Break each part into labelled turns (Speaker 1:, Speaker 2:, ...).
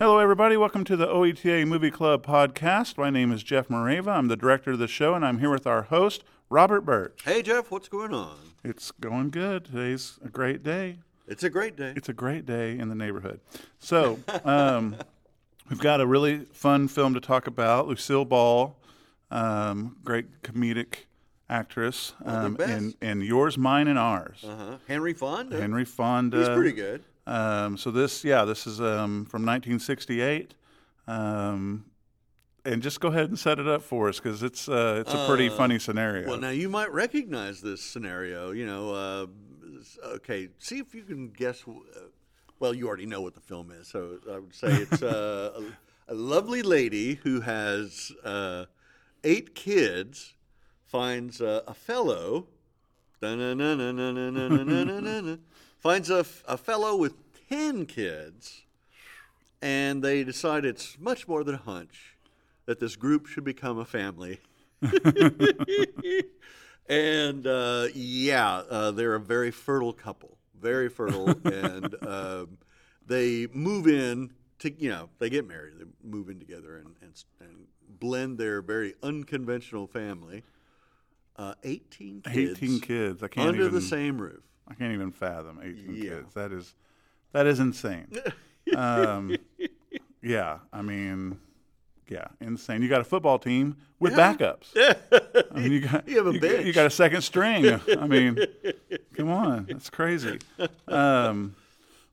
Speaker 1: everybody. Welcome to the OETA Movie Club podcast. My name is Jeff Moreva. I'm the director of the show, and I'm here with our host, Robert Birch.
Speaker 2: Hey Jeff, what's going on?
Speaker 1: It's going good. Today's a great day.
Speaker 2: It's a great day.
Speaker 1: It's a great day in the neighborhood. So, um, we've got a really fun film to talk about. Lucille Ball, um, great comedic actress,
Speaker 2: of the
Speaker 1: um,
Speaker 2: best.
Speaker 1: and, and yours, mine, and ours.
Speaker 2: Uh-huh. Henry Fonda.
Speaker 1: Henry Fonda.
Speaker 2: He's pretty good.
Speaker 1: Um, so this, yeah, this is um, from 1968, um, and just go ahead and set it up for us because it's uh, it's a pretty funny scenario.
Speaker 2: Well, now you might recognize this scenario. You know, uh, s- okay, see if you can guess. w- Uh, well, you already know what the film is, so I would say it's uh, a, a lovely lady who has uh, eight kids finds uh, a fellow. Da-na-na-na-na-na-na-na-na-na-na, finds a, f- a fellow with ten kids, and they decide it's much more than a hunch that this group should become a family. And uh, yeah, uh, they're a very fertile couple, very fertile, and um, they move in to you know they get married, they move in together, and and, s- and blend their very unconventional family. Uh, Eighteen kids,
Speaker 1: 18 kids. I can't
Speaker 2: under
Speaker 1: even.
Speaker 2: the same roof.
Speaker 1: I can't even fathom 18
Speaker 2: Yeah.
Speaker 1: kids. That is that is insane. um, yeah, I mean, yeah, insane. You got a football team with backups. I mean, you got
Speaker 2: You have a
Speaker 1: got- You
Speaker 2: bench.
Speaker 1: got a second string. I mean, come on, that's crazy. Um,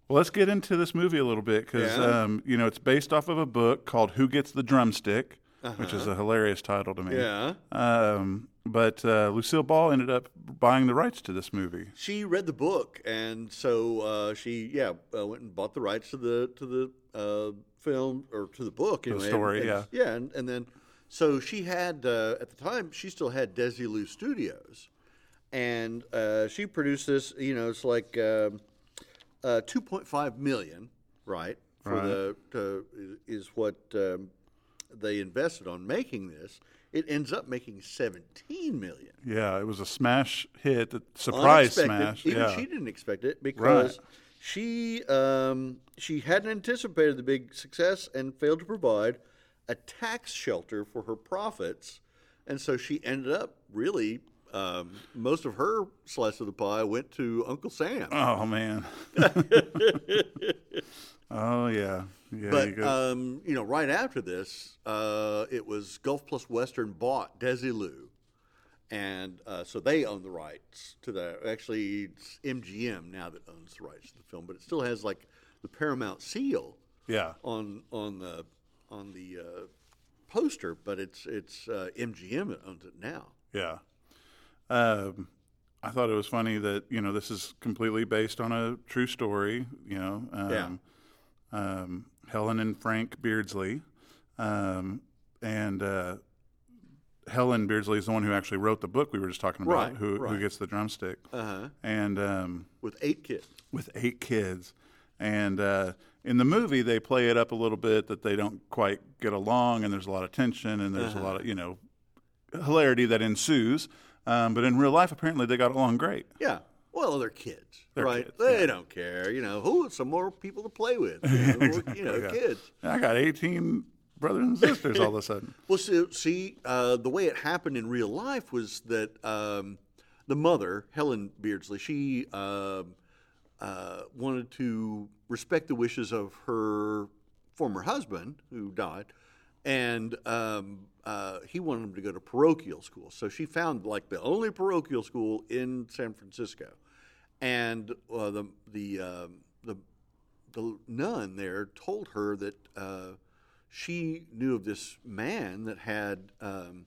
Speaker 1: well, let's get into this movie a little bit because
Speaker 2: Yeah.
Speaker 1: um, you know it's based off of a book called "Who Gets the Drumstick," which is a hilarious title to me.
Speaker 2: Uh-huh. Yeah,
Speaker 1: Um, but uh, Lucille Ball ended up buying the rights to this movie.
Speaker 2: she read the book, and so uh, she yeah uh, went and bought the rights to the to the uh, film or to the book anyway, and-
Speaker 1: story,
Speaker 2: and-
Speaker 1: yeah.
Speaker 2: yeah, and, and then so she had uh, at the time she still had Desilu Studios, and uh, she produced this. You know, it's like um uh, two point five million, right? For
Speaker 1: Right.
Speaker 2: the to, is what um, they invested on making this. It ends up making seventeen million.
Speaker 1: Yeah, it was a smash hit, a surprise
Speaker 2: Unexpected.
Speaker 1: smash.
Speaker 2: Even
Speaker 1: yeah.
Speaker 2: she didn't expect it because
Speaker 1: Right.
Speaker 2: she um, she hadn't anticipated the big success and failed to provide a tax shelter for her profits, and so she ended up really um, most of her slice of the pie went to Uncle Sam.
Speaker 1: oh man. oh yeah, yeah. you
Speaker 2: but
Speaker 1: go-
Speaker 2: um, you know, right after this, uh, it was Gulf Plus Western bought Desilu, and uh, so they own the rights to the. Actually, it's MGM now that owns the rights to the film, but it still has like the Paramount seal
Speaker 1: yeah.
Speaker 2: on on the on the uh, poster, but it's it's uh, MGM that owns it now.
Speaker 1: Yeah. Um, I thought it was funny that, you know, this is completely based on a true story, you know. Um, um, Helen and Frank Beardsley. Um, and uh, Helen Beardsley is the one who actually wrote the book we were just talking about,
Speaker 2: Right,
Speaker 1: who, who
Speaker 2: right.
Speaker 1: gets the drumstick.
Speaker 2: Uh-huh.
Speaker 1: And um,
Speaker 2: With eight kids.
Speaker 1: with eight kids. And uh, in the movie, they play it up a little bit that they don't quite get along, and there's a lot of tension, and there's a lot of you know hilarity that ensues. Um, but in real life, apparently, they got along great.
Speaker 2: Yeah. Well, they're kids,
Speaker 1: They're
Speaker 2: right?
Speaker 1: kids,
Speaker 2: they don't care, you know. Who some more people to play with? You know, you know
Speaker 1: yeah.
Speaker 2: kids.
Speaker 1: And I got 18 brothers and sisters all of a sudden.
Speaker 2: Well, so, see, uh, the way it happened in real life was that um, the mother, Helen Beardsley, she um uh, wanted to respect the wishes of her former husband who died, and um, uh, he wanted him to go to parochial school. So she found like the only parochial school in San Francisco, and uh, the the um, the the nun there told her that uh, she knew of this man that had um,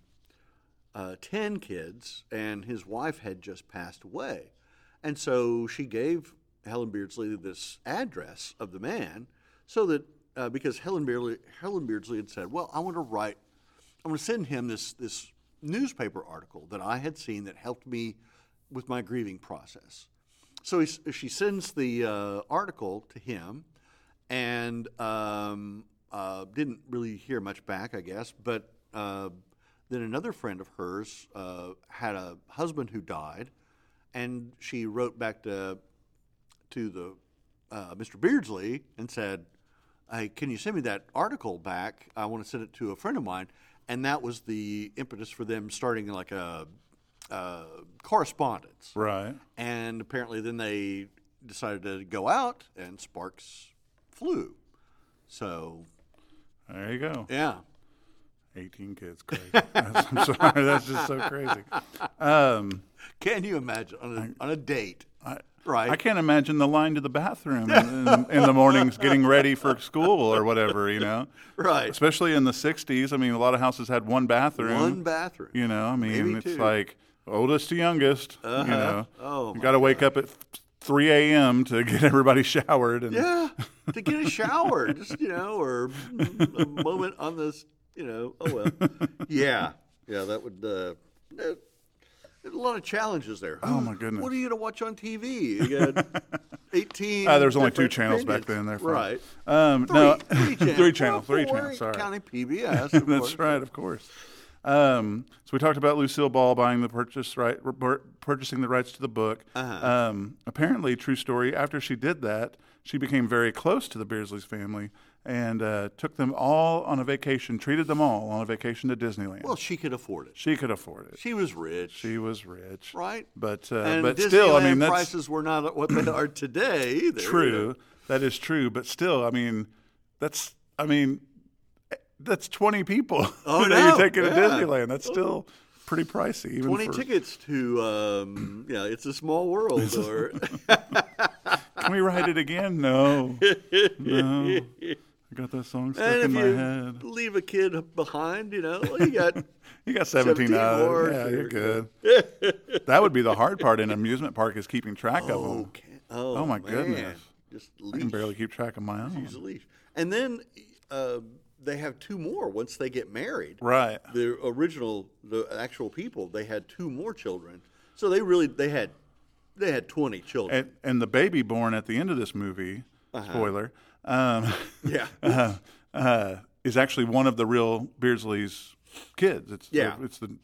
Speaker 2: uh, 10 kids and his wife had just passed away. And so she gave Helen Beardsley this address of the man so that uh, because Helen Beardsley, Helen Beardsley had said, Well, I want to write, I want to send him this, this newspaper article that I had seen that helped me with my grieving process. So he, she sends the uh, article to him, and um, uh, didn't really hear much back, I guess. But uh, then another friend of hers uh, had a husband who died, and she wrote back to to the uh, Mr. Beardsley and said, hey, can you send me that article back? I want to send it to a friend of mine. And that was the impetus for them starting like a, uh correspondence.
Speaker 1: Right.
Speaker 2: And apparently, then they decided to go out, and sparks flew. So,
Speaker 1: There you go.
Speaker 2: yeah.
Speaker 1: 18 kids. Crazy. I'm sorry. That's just so crazy. Um,
Speaker 2: Can you imagine on a, on a date? right.
Speaker 1: I can't imagine the line to the bathroom in, in, in the mornings getting ready for school or whatever, you know?
Speaker 2: right.
Speaker 1: Especially in the 60s. I mean, a lot of houses had one bathroom.
Speaker 2: One bathroom.
Speaker 1: You know, I mean,
Speaker 2: Maybe
Speaker 1: it's
Speaker 2: two.
Speaker 1: like oldest to youngest. You know,
Speaker 2: Oh,
Speaker 1: you got to wake up at 3 a.m. to get everybody showered. And
Speaker 2: Yeah, to get a shower, just you know, or a moment on this, you know. Oh well. Yeah, yeah, that would. Uh, uh, there's a lot of challenges there. Oh
Speaker 1: my goodness.
Speaker 2: What are you gonna watch on TV? You got Eighteen.
Speaker 1: Uh, there was only two
Speaker 2: different
Speaker 1: channels back then.
Speaker 2: opinions.
Speaker 1: There,
Speaker 2: right?
Speaker 1: Um, no,
Speaker 2: three, three
Speaker 1: three channels.
Speaker 2: channels.
Speaker 1: Three
Speaker 2: Well,
Speaker 1: channels. Sorry.
Speaker 2: Horry County PBS. Of
Speaker 1: That's
Speaker 2: course.
Speaker 1: right, of course. Um, so we talked about Lucille Ball buying the purchase right, r- purchasing the rights to the book.
Speaker 2: Uh-huh.
Speaker 1: Um, apparently, true story. After she did that, she became very close to the Beardsley's family and uh, took them all on a vacation. Treated them all on a vacation to Disneyland.
Speaker 2: Well, she could afford it.
Speaker 1: she could afford it.
Speaker 2: She was rich,
Speaker 1: She was rich,
Speaker 2: right?
Speaker 1: But uh,
Speaker 2: and
Speaker 1: but
Speaker 2: Disneyland
Speaker 1: still, I mean, that's
Speaker 2: prices were not what they are today. Either.
Speaker 1: true. That is true. But still, I mean, that's I mean, eh, that's twenty people that
Speaker 2: Oh,
Speaker 1: you're
Speaker 2: no.
Speaker 1: taking to
Speaker 2: Yeah. Oh.
Speaker 1: Disneyland. That's still pretty pricey. Even
Speaker 2: Twenty
Speaker 1: for,
Speaker 2: tickets to, um, yeah, it's a small world. Or
Speaker 1: Can we write it again? No, no. I got that song stuck
Speaker 2: and if
Speaker 1: in my
Speaker 2: you
Speaker 1: head.
Speaker 2: leave a kid behind, you know, you got
Speaker 1: You got seventeen,
Speaker 2: 17
Speaker 1: hours.
Speaker 2: more,
Speaker 1: Yeah, you're
Speaker 2: sure.
Speaker 1: good. that would be the hard part in an amusement park is keeping track of them.
Speaker 2: okay. Oh,
Speaker 1: my
Speaker 2: man.
Speaker 1: goodness.
Speaker 2: just
Speaker 1: I can
Speaker 2: leash,
Speaker 1: barely keep track of my own.
Speaker 2: use a leash. And then uh, they have two more once they get married.
Speaker 1: Right.
Speaker 2: The original, the actual people, they had two more children, so they really they had they had twenty children.
Speaker 1: And, and the baby born at the end of this movie,
Speaker 2: Uh-huh.
Speaker 1: spoiler, um,
Speaker 2: yeah,
Speaker 1: uh, uh, is actually one of the real Beardsley's kids. It's
Speaker 2: Yeah.
Speaker 1: the, it's the,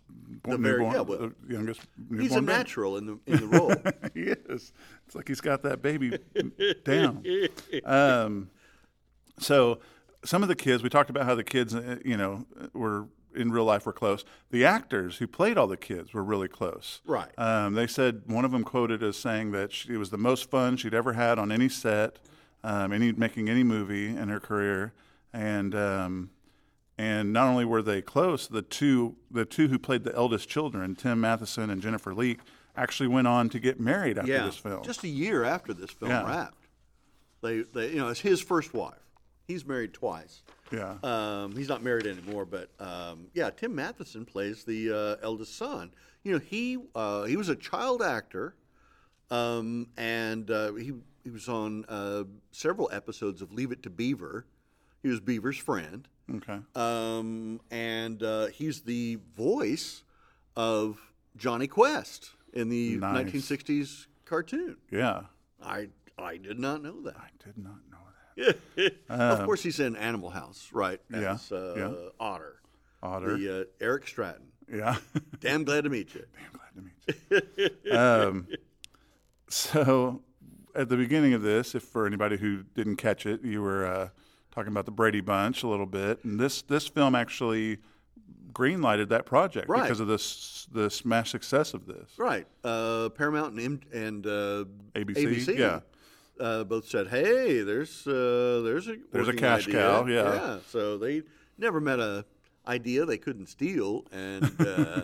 Speaker 1: born,
Speaker 2: very-
Speaker 1: newborn,
Speaker 2: yeah, well,
Speaker 1: the youngest.
Speaker 2: he's a
Speaker 1: newborn baby.
Speaker 2: natural in the in the role.
Speaker 1: he is. It's like he's got that baby down. Um, so some of the kids we talked about how the kids, uh, you know, were in real life were close. The actors who played all the kids were really close.
Speaker 2: Right.
Speaker 1: Um, they said one of them quoted as saying that she, it was the most fun she'd ever had on any set, um, any making any movie in her career, and. Um, and not only were they close, the two the two who played the eldest children, Tim Matheson and Jennifer Leake, actually went on to get married after
Speaker 2: yeah,
Speaker 1: this film.
Speaker 2: just a year after this film
Speaker 1: Yeah.
Speaker 2: wrapped. They, they, you know, it's his first wife. He's married twice.
Speaker 1: yeah,
Speaker 2: Um, he's not married anymore, but um, yeah, Tim Matheson plays the uh, eldest son. You know, he uh, he was a child actor, um, and uh, he he was on uh, several episodes of Leave It to Beaver. He was Beaver's friend,
Speaker 1: okay,
Speaker 2: um, and uh, he's the voice of Johnny Quest in the
Speaker 1: Nice.
Speaker 2: 1960s cartoon.
Speaker 1: yeah.
Speaker 2: I I did not know that.
Speaker 1: I did not know that.
Speaker 2: of course, he's in Animal House, right?
Speaker 1: Uh, yeah,
Speaker 2: As, uh,
Speaker 1: yeah.
Speaker 2: Otter.
Speaker 1: Otter,
Speaker 2: The uh, Eric Stratton.
Speaker 1: yeah.
Speaker 2: Damn glad to meet you.
Speaker 1: I'm glad to meet you. um, so, at the beginning of this, if for anybody who didn't catch it, you were uh, talking about the Brady Bunch a little bit, and this this film actually greenlighted that project
Speaker 2: Right.
Speaker 1: because of this the smash success of this.
Speaker 2: Right. Uh, Paramount and M- and uh,
Speaker 1: ABC, yeah.
Speaker 2: Uh, both said, "Hey, there's uh, there's a
Speaker 1: There's a
Speaker 2: working
Speaker 1: cash
Speaker 2: idea."
Speaker 1: cow, yeah.
Speaker 2: So they never met a idea they couldn't steal, and uh,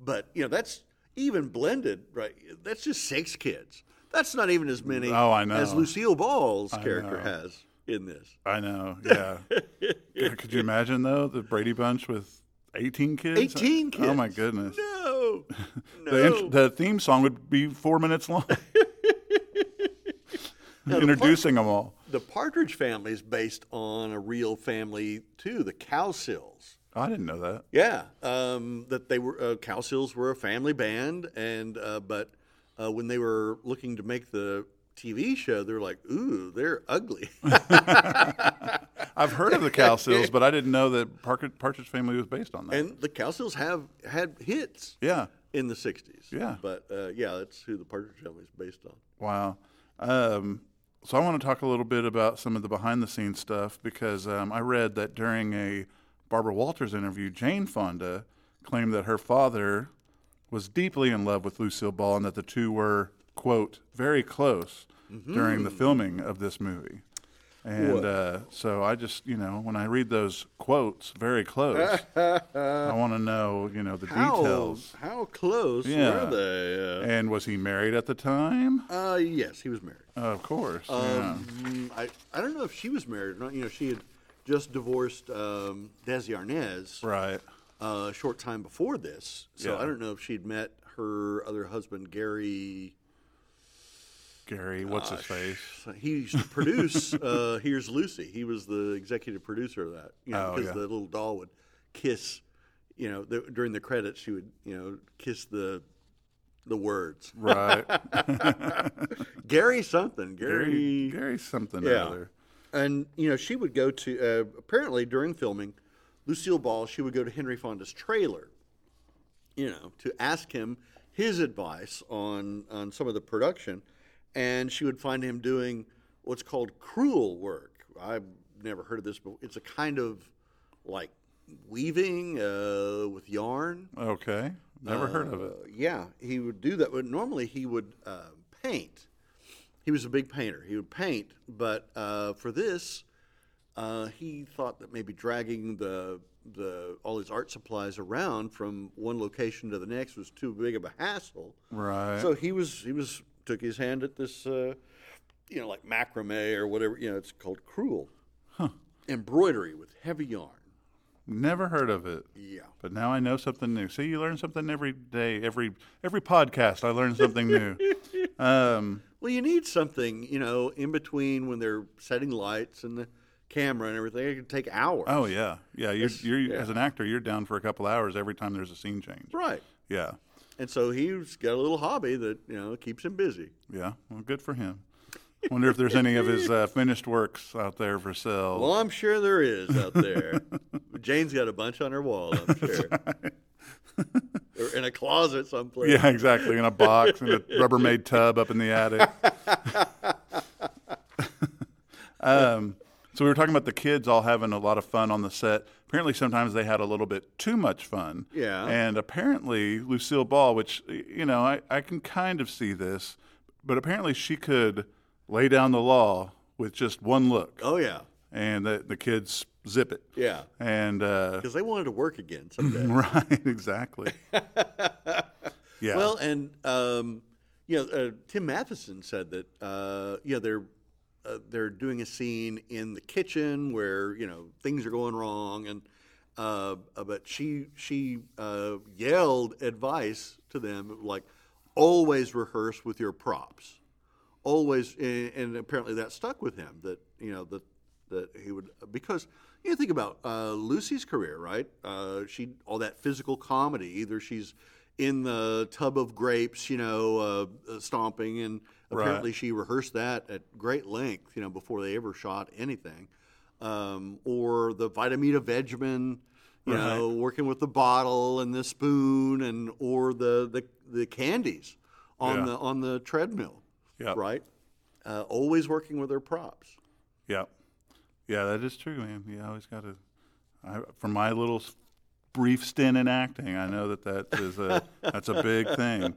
Speaker 2: but you know that's even blended, right? That's just six kids. That's not even as many.
Speaker 1: Oh, I know.
Speaker 2: As Lucille Ball's character has in this.
Speaker 1: I know. Yeah. God, Could you imagine though the Brady Bunch with eighteen kids?
Speaker 2: 18 kids.
Speaker 1: Oh my goodness.
Speaker 2: No, no.
Speaker 1: The, int- the theme song would be four minutes long. Introducing them all.
Speaker 2: The Partridge family is based on a real family too, the Cowsills.
Speaker 1: I didn't know that.
Speaker 2: Yeah, um, that they were uh, Cowsills were a family band, and uh, but uh, when they were looking to make the TV show, they're like, "Ooh, they're ugly."
Speaker 1: I've heard of the Cow Sills, but I didn't know that Parker, Partridge Family was based on that.
Speaker 2: and the Cowsills have had hits
Speaker 1: yeah.
Speaker 2: in the '60s.
Speaker 1: Yeah.
Speaker 2: but uh, yeah, that's who the Partridge family is based on.
Speaker 1: Wow. Um, So I want to talk a little bit about some of the behind the scenes stuff because um, I read that during a Barbara Walters interview, Jane Fonda claimed that her father was deeply in love with Lucille Ball and that the two were quote very close
Speaker 2: Mm-hmm.
Speaker 1: during the filming of this movie. And uh, so I just, you know, when I read those quotes, very close, I want to know, you know, the
Speaker 2: How,
Speaker 1: details.
Speaker 2: how close
Speaker 1: Yeah.
Speaker 2: were they?
Speaker 1: And was he married at the time?
Speaker 2: Uh, uh, yes, he was married.
Speaker 1: Of course. yeah.
Speaker 2: Um, I, I don't know if she was married or not. You know, she had just divorced um, Desi Arnaz
Speaker 1: Right.
Speaker 2: uh, a short time before this. So
Speaker 1: Yeah.
Speaker 2: I don't know if she'd met her other husband, Gary.
Speaker 1: Gary, what's his face?
Speaker 2: He used to produce uh, Here's Lucy. He was the executive producer of that. You know,
Speaker 1: Oh,
Speaker 2: because
Speaker 1: yeah.
Speaker 2: the little doll would kiss, you know, the, during the credits, she would, you know, kiss the the words.
Speaker 1: Right.
Speaker 2: Gary something.
Speaker 1: Gary, Gary something or
Speaker 2: Yeah.
Speaker 1: other.
Speaker 2: And you know, she would go to uh, apparently during filming, Lucille Ball. She would go to Henry Fonda's trailer, you know, to ask him his advice on on some of the production, and she would find him doing what's called cruel work. I've never heard of this, but it's a kind of like weaving uh, with yarn.
Speaker 1: Okay. Never heard of it.
Speaker 2: Uh, yeah, he would do that. But normally he would uh, paint. He was a big painter. He would paint, but uh, for this, uh, he thought that maybe dragging the the all his art supplies around from one location to the next was too big of a hassle.
Speaker 1: Right.
Speaker 2: Uh, So he was he was took his hand at this, uh, you know, like macrame or whatever. You know, it's called crewel embroidery with heavy yarn.
Speaker 1: Never heard of it.
Speaker 2: Yeah.
Speaker 1: But now I know something new. See, you learn something every day. Every every podcast, I learn something new. Um,
Speaker 2: Well, you need something, you know, in between when they're setting lights and the camera and everything. It can take hours.
Speaker 1: oh yeah, yeah. You're, you're as an actor, you're down for a couple hours every time there's a scene change.
Speaker 2: Right.
Speaker 1: Yeah,
Speaker 2: And so he's got a little hobby that, you know, keeps him busy.
Speaker 1: yeah. Well, good for him. Wonder if there's any of his uh, finished works out there for sale.
Speaker 2: Well, I'm sure there is out there. Jane's got a bunch on her wall, I'm sure. or in a closet someplace.
Speaker 1: Yeah, exactly. In a box, in a Rubbermaid tub up in the attic. um, so we were talking about the kids all having a lot of fun on the set. Apparently, sometimes they had a little bit too much fun.
Speaker 2: Yeah.
Speaker 1: And apparently, Lucille Ball, which, y- you know, I, I can kind of see this, but apparently she could lay down the law with just one look,
Speaker 2: Oh, yeah.
Speaker 1: and the, the kids zip it.
Speaker 2: Yeah.
Speaker 1: And, uh,
Speaker 2: Because they wanted to work again someday.
Speaker 1: right, exactly. Yeah.
Speaker 2: Well, and um, you know, uh, Tim Matheson said that uh, you know they're uh, they're doing a scene in the kitchen where you know things are going wrong, and uh, uh, but she she uh, yelled advice to them like always rehearse with your props, always, and, and apparently that stuck with him that you know that that he would because. You know, think about uh, Lucy's career, right? Uh, she all that physical comedy. Either she's in the tub of grapes, you know, uh, uh, stomping, and apparently she rehearsed that at great length, you know, before they ever shot anything. Um, or the Vitamita Vegemin, you know, working with the bottle and the spoon, and or the the, the candies on
Speaker 1: Yeah.
Speaker 2: the on the treadmill,
Speaker 1: Yeah.
Speaker 2: right? Uh, always working with her props.
Speaker 1: Yeah, yeah, that is true, man. You always got to. I, from my little s- brief stint in acting, I know that that is a that's a big thing.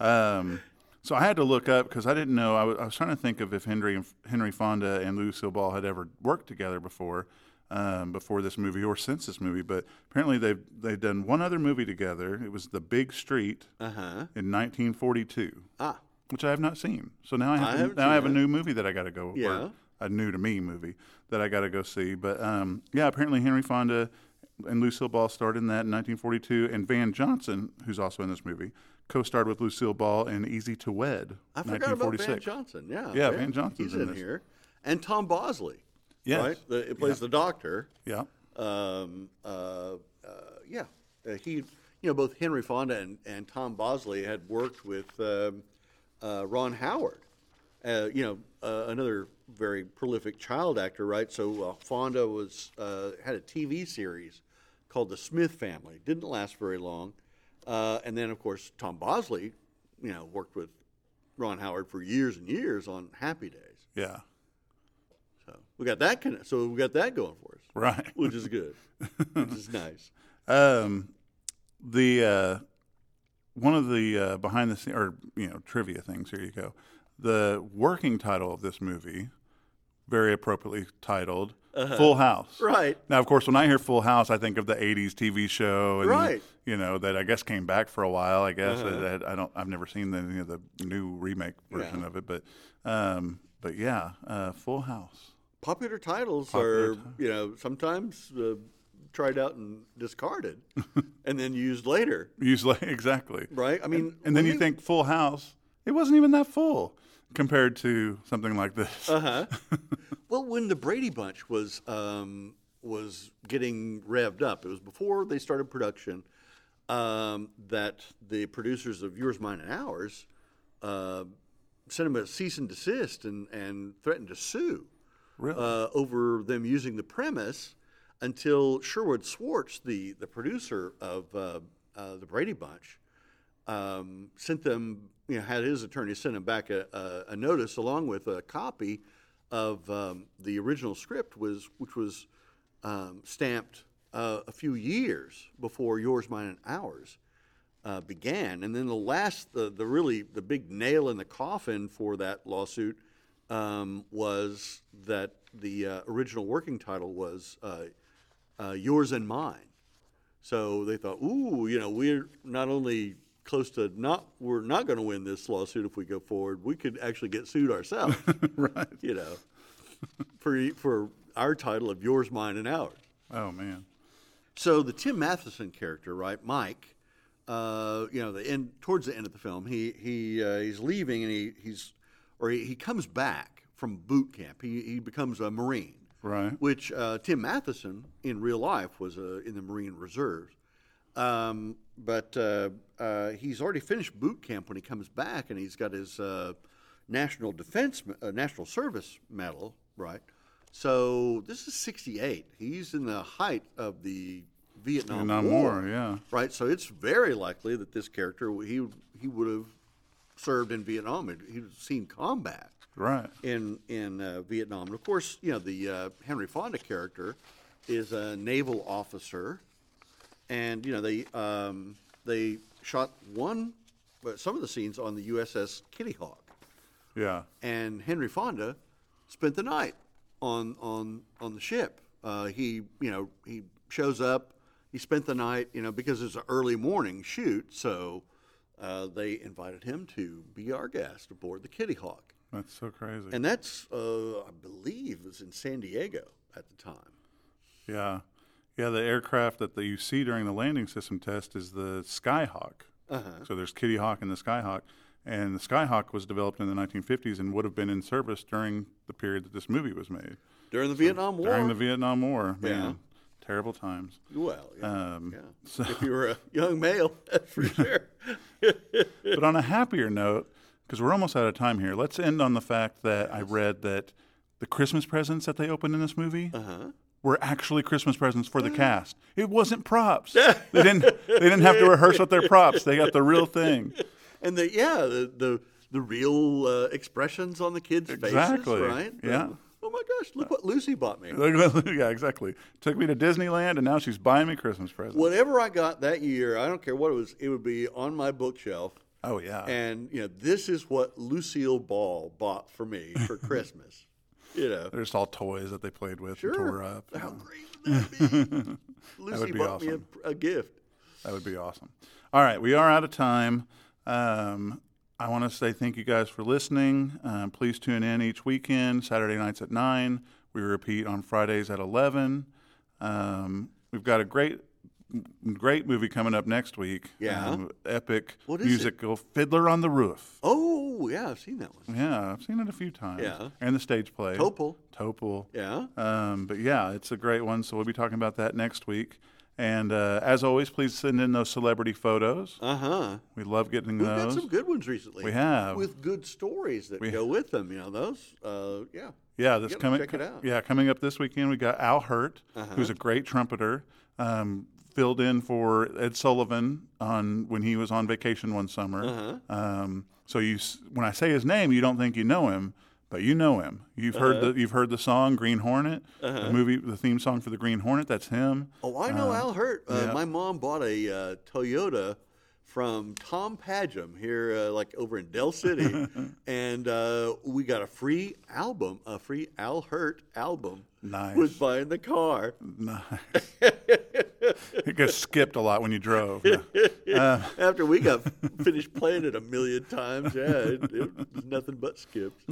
Speaker 1: Um, so I had to look up because I didn't know. I was, I was trying to think of if Henry and- Henry Fonda and Lucille Ball had ever worked together before, um, before this movie or since this movie. But apparently they've they've done one other movie together. It was The Big Street
Speaker 2: Uh huh.
Speaker 1: in 1942
Speaker 2: Ah,
Speaker 1: which I have not seen. So now I have,
Speaker 2: haven't
Speaker 1: now I
Speaker 2: seen
Speaker 1: have a new movie that I got to go. or
Speaker 2: Yeah.
Speaker 1: a new to me movie that I got to go see. But um, yeah, apparently Henry Fonda and Lucille Ball starred in that in 1942, and Van Johnson, who's also in this movie, co-starred with Lucille Ball in Easy to Wed,
Speaker 2: I forgot about
Speaker 1: 1946.
Speaker 2: Van Johnson. Yeah,
Speaker 1: Yeah, Van Johnson's
Speaker 2: He's
Speaker 1: in
Speaker 2: in,
Speaker 1: this.
Speaker 2: here, and Tom Bosley.
Speaker 1: Yes.
Speaker 2: right. The, it plays the doctor.
Speaker 1: Yeah,
Speaker 2: Um, uh, uh, yeah, uh, he. You know, both Henry Fonda and, and Tom Bosley had worked with um, uh, Ron Howard. Uh, you know, uh, another very prolific child actor, right? So uh, Fonda was uh, had a TV series called The Smith Family. Didn't last very long, uh, and then of course Tom Bosley, you know, worked with Ron Howard for years and years on Happy Days.
Speaker 1: Yeah.
Speaker 2: So we got that kind of, so we got that going for us,
Speaker 1: Right.
Speaker 2: which is good, which is nice.
Speaker 1: Um, the uh, one of the uh, behind the scene or you know trivia things. Here you go. The working title of this movie, very appropriately titled "Full House."
Speaker 2: Uh-huh. Right.
Speaker 1: Now, of course, when I hear Full House, I think of the '80s TV show, and
Speaker 2: Right. Uh-huh.
Speaker 1: you know that I guess came back for a while. I guess that I don't, I've never seen any of the new remake version of it, but um, but yeah, uh, Full House.
Speaker 2: Popular titles are, you know, sometimes uh, tried out and discarded and then used later,
Speaker 1: Usually, exactly.
Speaker 2: right? I mean,
Speaker 1: And then
Speaker 2: when
Speaker 1: you think Full House, it wasn't even that full compared to something like this.
Speaker 2: Uh, Well, when the Brady Bunch was um, was getting revved up, it was before they started production. Um, that the producers of Yours, Mine, and Ours uh, sent them a cease and desist and, and threatened to sue
Speaker 1: Really?
Speaker 2: uh, over them using the premise until Sherwood Swartz, the the producer of uh, uh, the Brady Bunch, um, sent them, you know, had his attorney send him back a, a, a notice along with a copy of um, the original script, was which was um, stamped uh, a few years before yours, mine, and ours uh, began. And then the last, the, the really the big nail in the coffin for that lawsuit um, was that the uh, original working title was uh, uh, yours and mine. So they thought, ooh, you know, we're not only close to not we're not going to win this lawsuit if we go forward. We could actually get sued ourselves,
Speaker 1: right.
Speaker 2: you know, for for our title of yours, mine, and ours.
Speaker 1: Oh, man.
Speaker 2: So the Tim Matheson character, right, Mike, uh, you know, the end towards the end of the film, he he uh, he's leaving and he he's or he, he comes back from boot camp. He he becomes a Marine,
Speaker 1: Right.
Speaker 2: Which uh, Tim Matheson in real life was uh, in the Marine Reserves, um, but uh, uh, he's already finished boot camp when he comes back, and he's got his uh, national defense, uh, national service medal, right? So this is '68. He's in the height of the Vietnam,
Speaker 1: And not more, yeah.
Speaker 2: right? So it's very likely that this character he he would have served in Vietnam. He'd he'd seen combat
Speaker 1: Right.
Speaker 2: in in uh, Vietnam. And of course, you know the uh, Henry Fonda character is a naval officer, and you know they um, they shot one, but some of the scenes on the USS Kitty Hawk,
Speaker 1: Yeah.
Speaker 2: and Henry Fonda spent the night on on on the ship. Uh, he you know he shows up. He spent the night, you know, because it's an early morning shoot, so uh, they invited him to be our guest aboard the Kitty Hawk.
Speaker 1: That's so crazy.
Speaker 2: And that's, uh, I believe, was in San Diego at the time.
Speaker 1: yeah. Yeah. The aircraft that the, you see during the landing system test is the Skyhawk.
Speaker 2: Uh-huh.
Speaker 1: So there's Kitty Hawk and the Skyhawk. And the Skyhawk was developed in the 1950s and would have been in service during the period that this movie was made.
Speaker 2: During the Vietnam War.
Speaker 1: During the Vietnam War. Man, terrible times.
Speaker 2: well, yeah,
Speaker 1: Um,
Speaker 2: yeah.
Speaker 1: so-
Speaker 2: if you were a young male, that's for sure.
Speaker 1: but on a happier note, because we're almost out of time here, let's end on the fact that I read that the Christmas presents that they opened in this movie
Speaker 2: Uh-huh.
Speaker 1: were actually Christmas presents for the
Speaker 2: Ah.
Speaker 1: cast. It wasn't props. they didn't. They didn't have to rehearse with their props. They got the real thing.
Speaker 2: And the yeah, the the, the real uh, expressions on the kids'
Speaker 1: Exactly,
Speaker 2: faces, right? The,
Speaker 1: yeah. Uh,
Speaker 2: oh my gosh, look what Lucy bought me.
Speaker 1: yeah, exactly. Took me to Disneyland, and now she's buying me Christmas presents.
Speaker 2: Whatever I got that year, I don't care what it was, it would be on my bookshelf.
Speaker 1: Oh yeah.
Speaker 2: And you know, this is what Lucille Ball bought for me for Christmas. You know,
Speaker 1: They're just all toys that they played with and tore up.
Speaker 2: How great would that be? Lucy
Speaker 1: would be
Speaker 2: bought
Speaker 1: awesome.
Speaker 2: me a, a gift.
Speaker 1: That would be awesome. All right, we are out of time. Um, I want to say thank you guys for listening. Um, please tune in each weekend, Saturday nights at 9. We repeat on Fridays at 11. Um, we've got a great, great movie coming up next week. Um,
Speaker 2: Yeah.
Speaker 1: epic
Speaker 2: What is it?
Speaker 1: musical, Fiddler on the Roof.
Speaker 2: Oh, yeah, I've seen that one.
Speaker 1: Yeah, I've seen it a few times.
Speaker 2: Yeah.
Speaker 1: And the stage play.
Speaker 2: Topol.
Speaker 1: Topol.
Speaker 2: Yeah.
Speaker 1: Um, but yeah, it's a great one. So we'll be talking about that next week. And uh, as always, please send in those celebrity photos.
Speaker 2: Uh
Speaker 3: Uh-huh.
Speaker 2: huh.
Speaker 1: We love getting
Speaker 2: We've got
Speaker 1: those.
Speaker 2: some good ones recently.
Speaker 1: We have.
Speaker 2: with good stories that go with them. You know those. Uh, yeah.
Speaker 1: yeah, this
Speaker 2: gotta
Speaker 1: coming.
Speaker 2: check it out. Uh-huh.
Speaker 1: Yeah, coming up this weekend, we got Al Hurt, who's a great trumpeter. Um, filled in for Ed Sullivan on when he was on vacation one summer.
Speaker 2: Uh-huh.
Speaker 1: Um, so you, s- when I say his name, you don't think you know him, but you know him. You've
Speaker 2: Uh-huh.
Speaker 1: heard the you've heard the song Green Hornet, the movie, the theme song for the Green Hornet. That's him.
Speaker 3: Oh, I know Al Hurt. Uh,
Speaker 1: yeah.
Speaker 3: My mom bought a uh, Toyota from Tom Padgham here, uh, like over in Dell City, and uh, we got a free album, a free Al Hurt album.
Speaker 1: Nice.
Speaker 3: Was buying the car.
Speaker 1: It gets skipped a lot when you drove. Yeah.
Speaker 3: After we got finished playing it a million times, yeah, it, it was nothing but skips.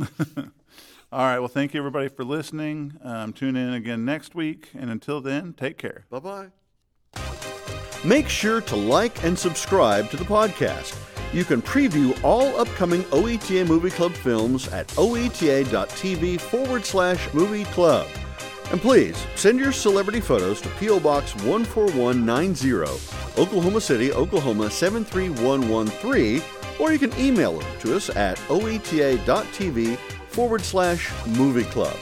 Speaker 1: All right. Well, thank you everybody for listening. Um, tune in again next week, and until then, take care.
Speaker 3: Bye bye.
Speaker 2: Make sure to like and subscribe to the podcast. You can preview all upcoming OETA Movie Club films at E oeta.tv forward slash movie club. And please send your celebrity photos to P.O. Box 14190, Oklahoma City, Oklahoma 73113, or you can email them to us at E oeta.tv forward slash movie club.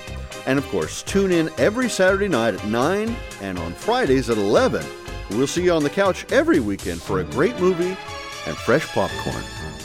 Speaker 2: And of course, tune in every Saturday night at 9 and on Fridays at 11. We'll see you on the couch every weekend for a great movie and fresh popcorn.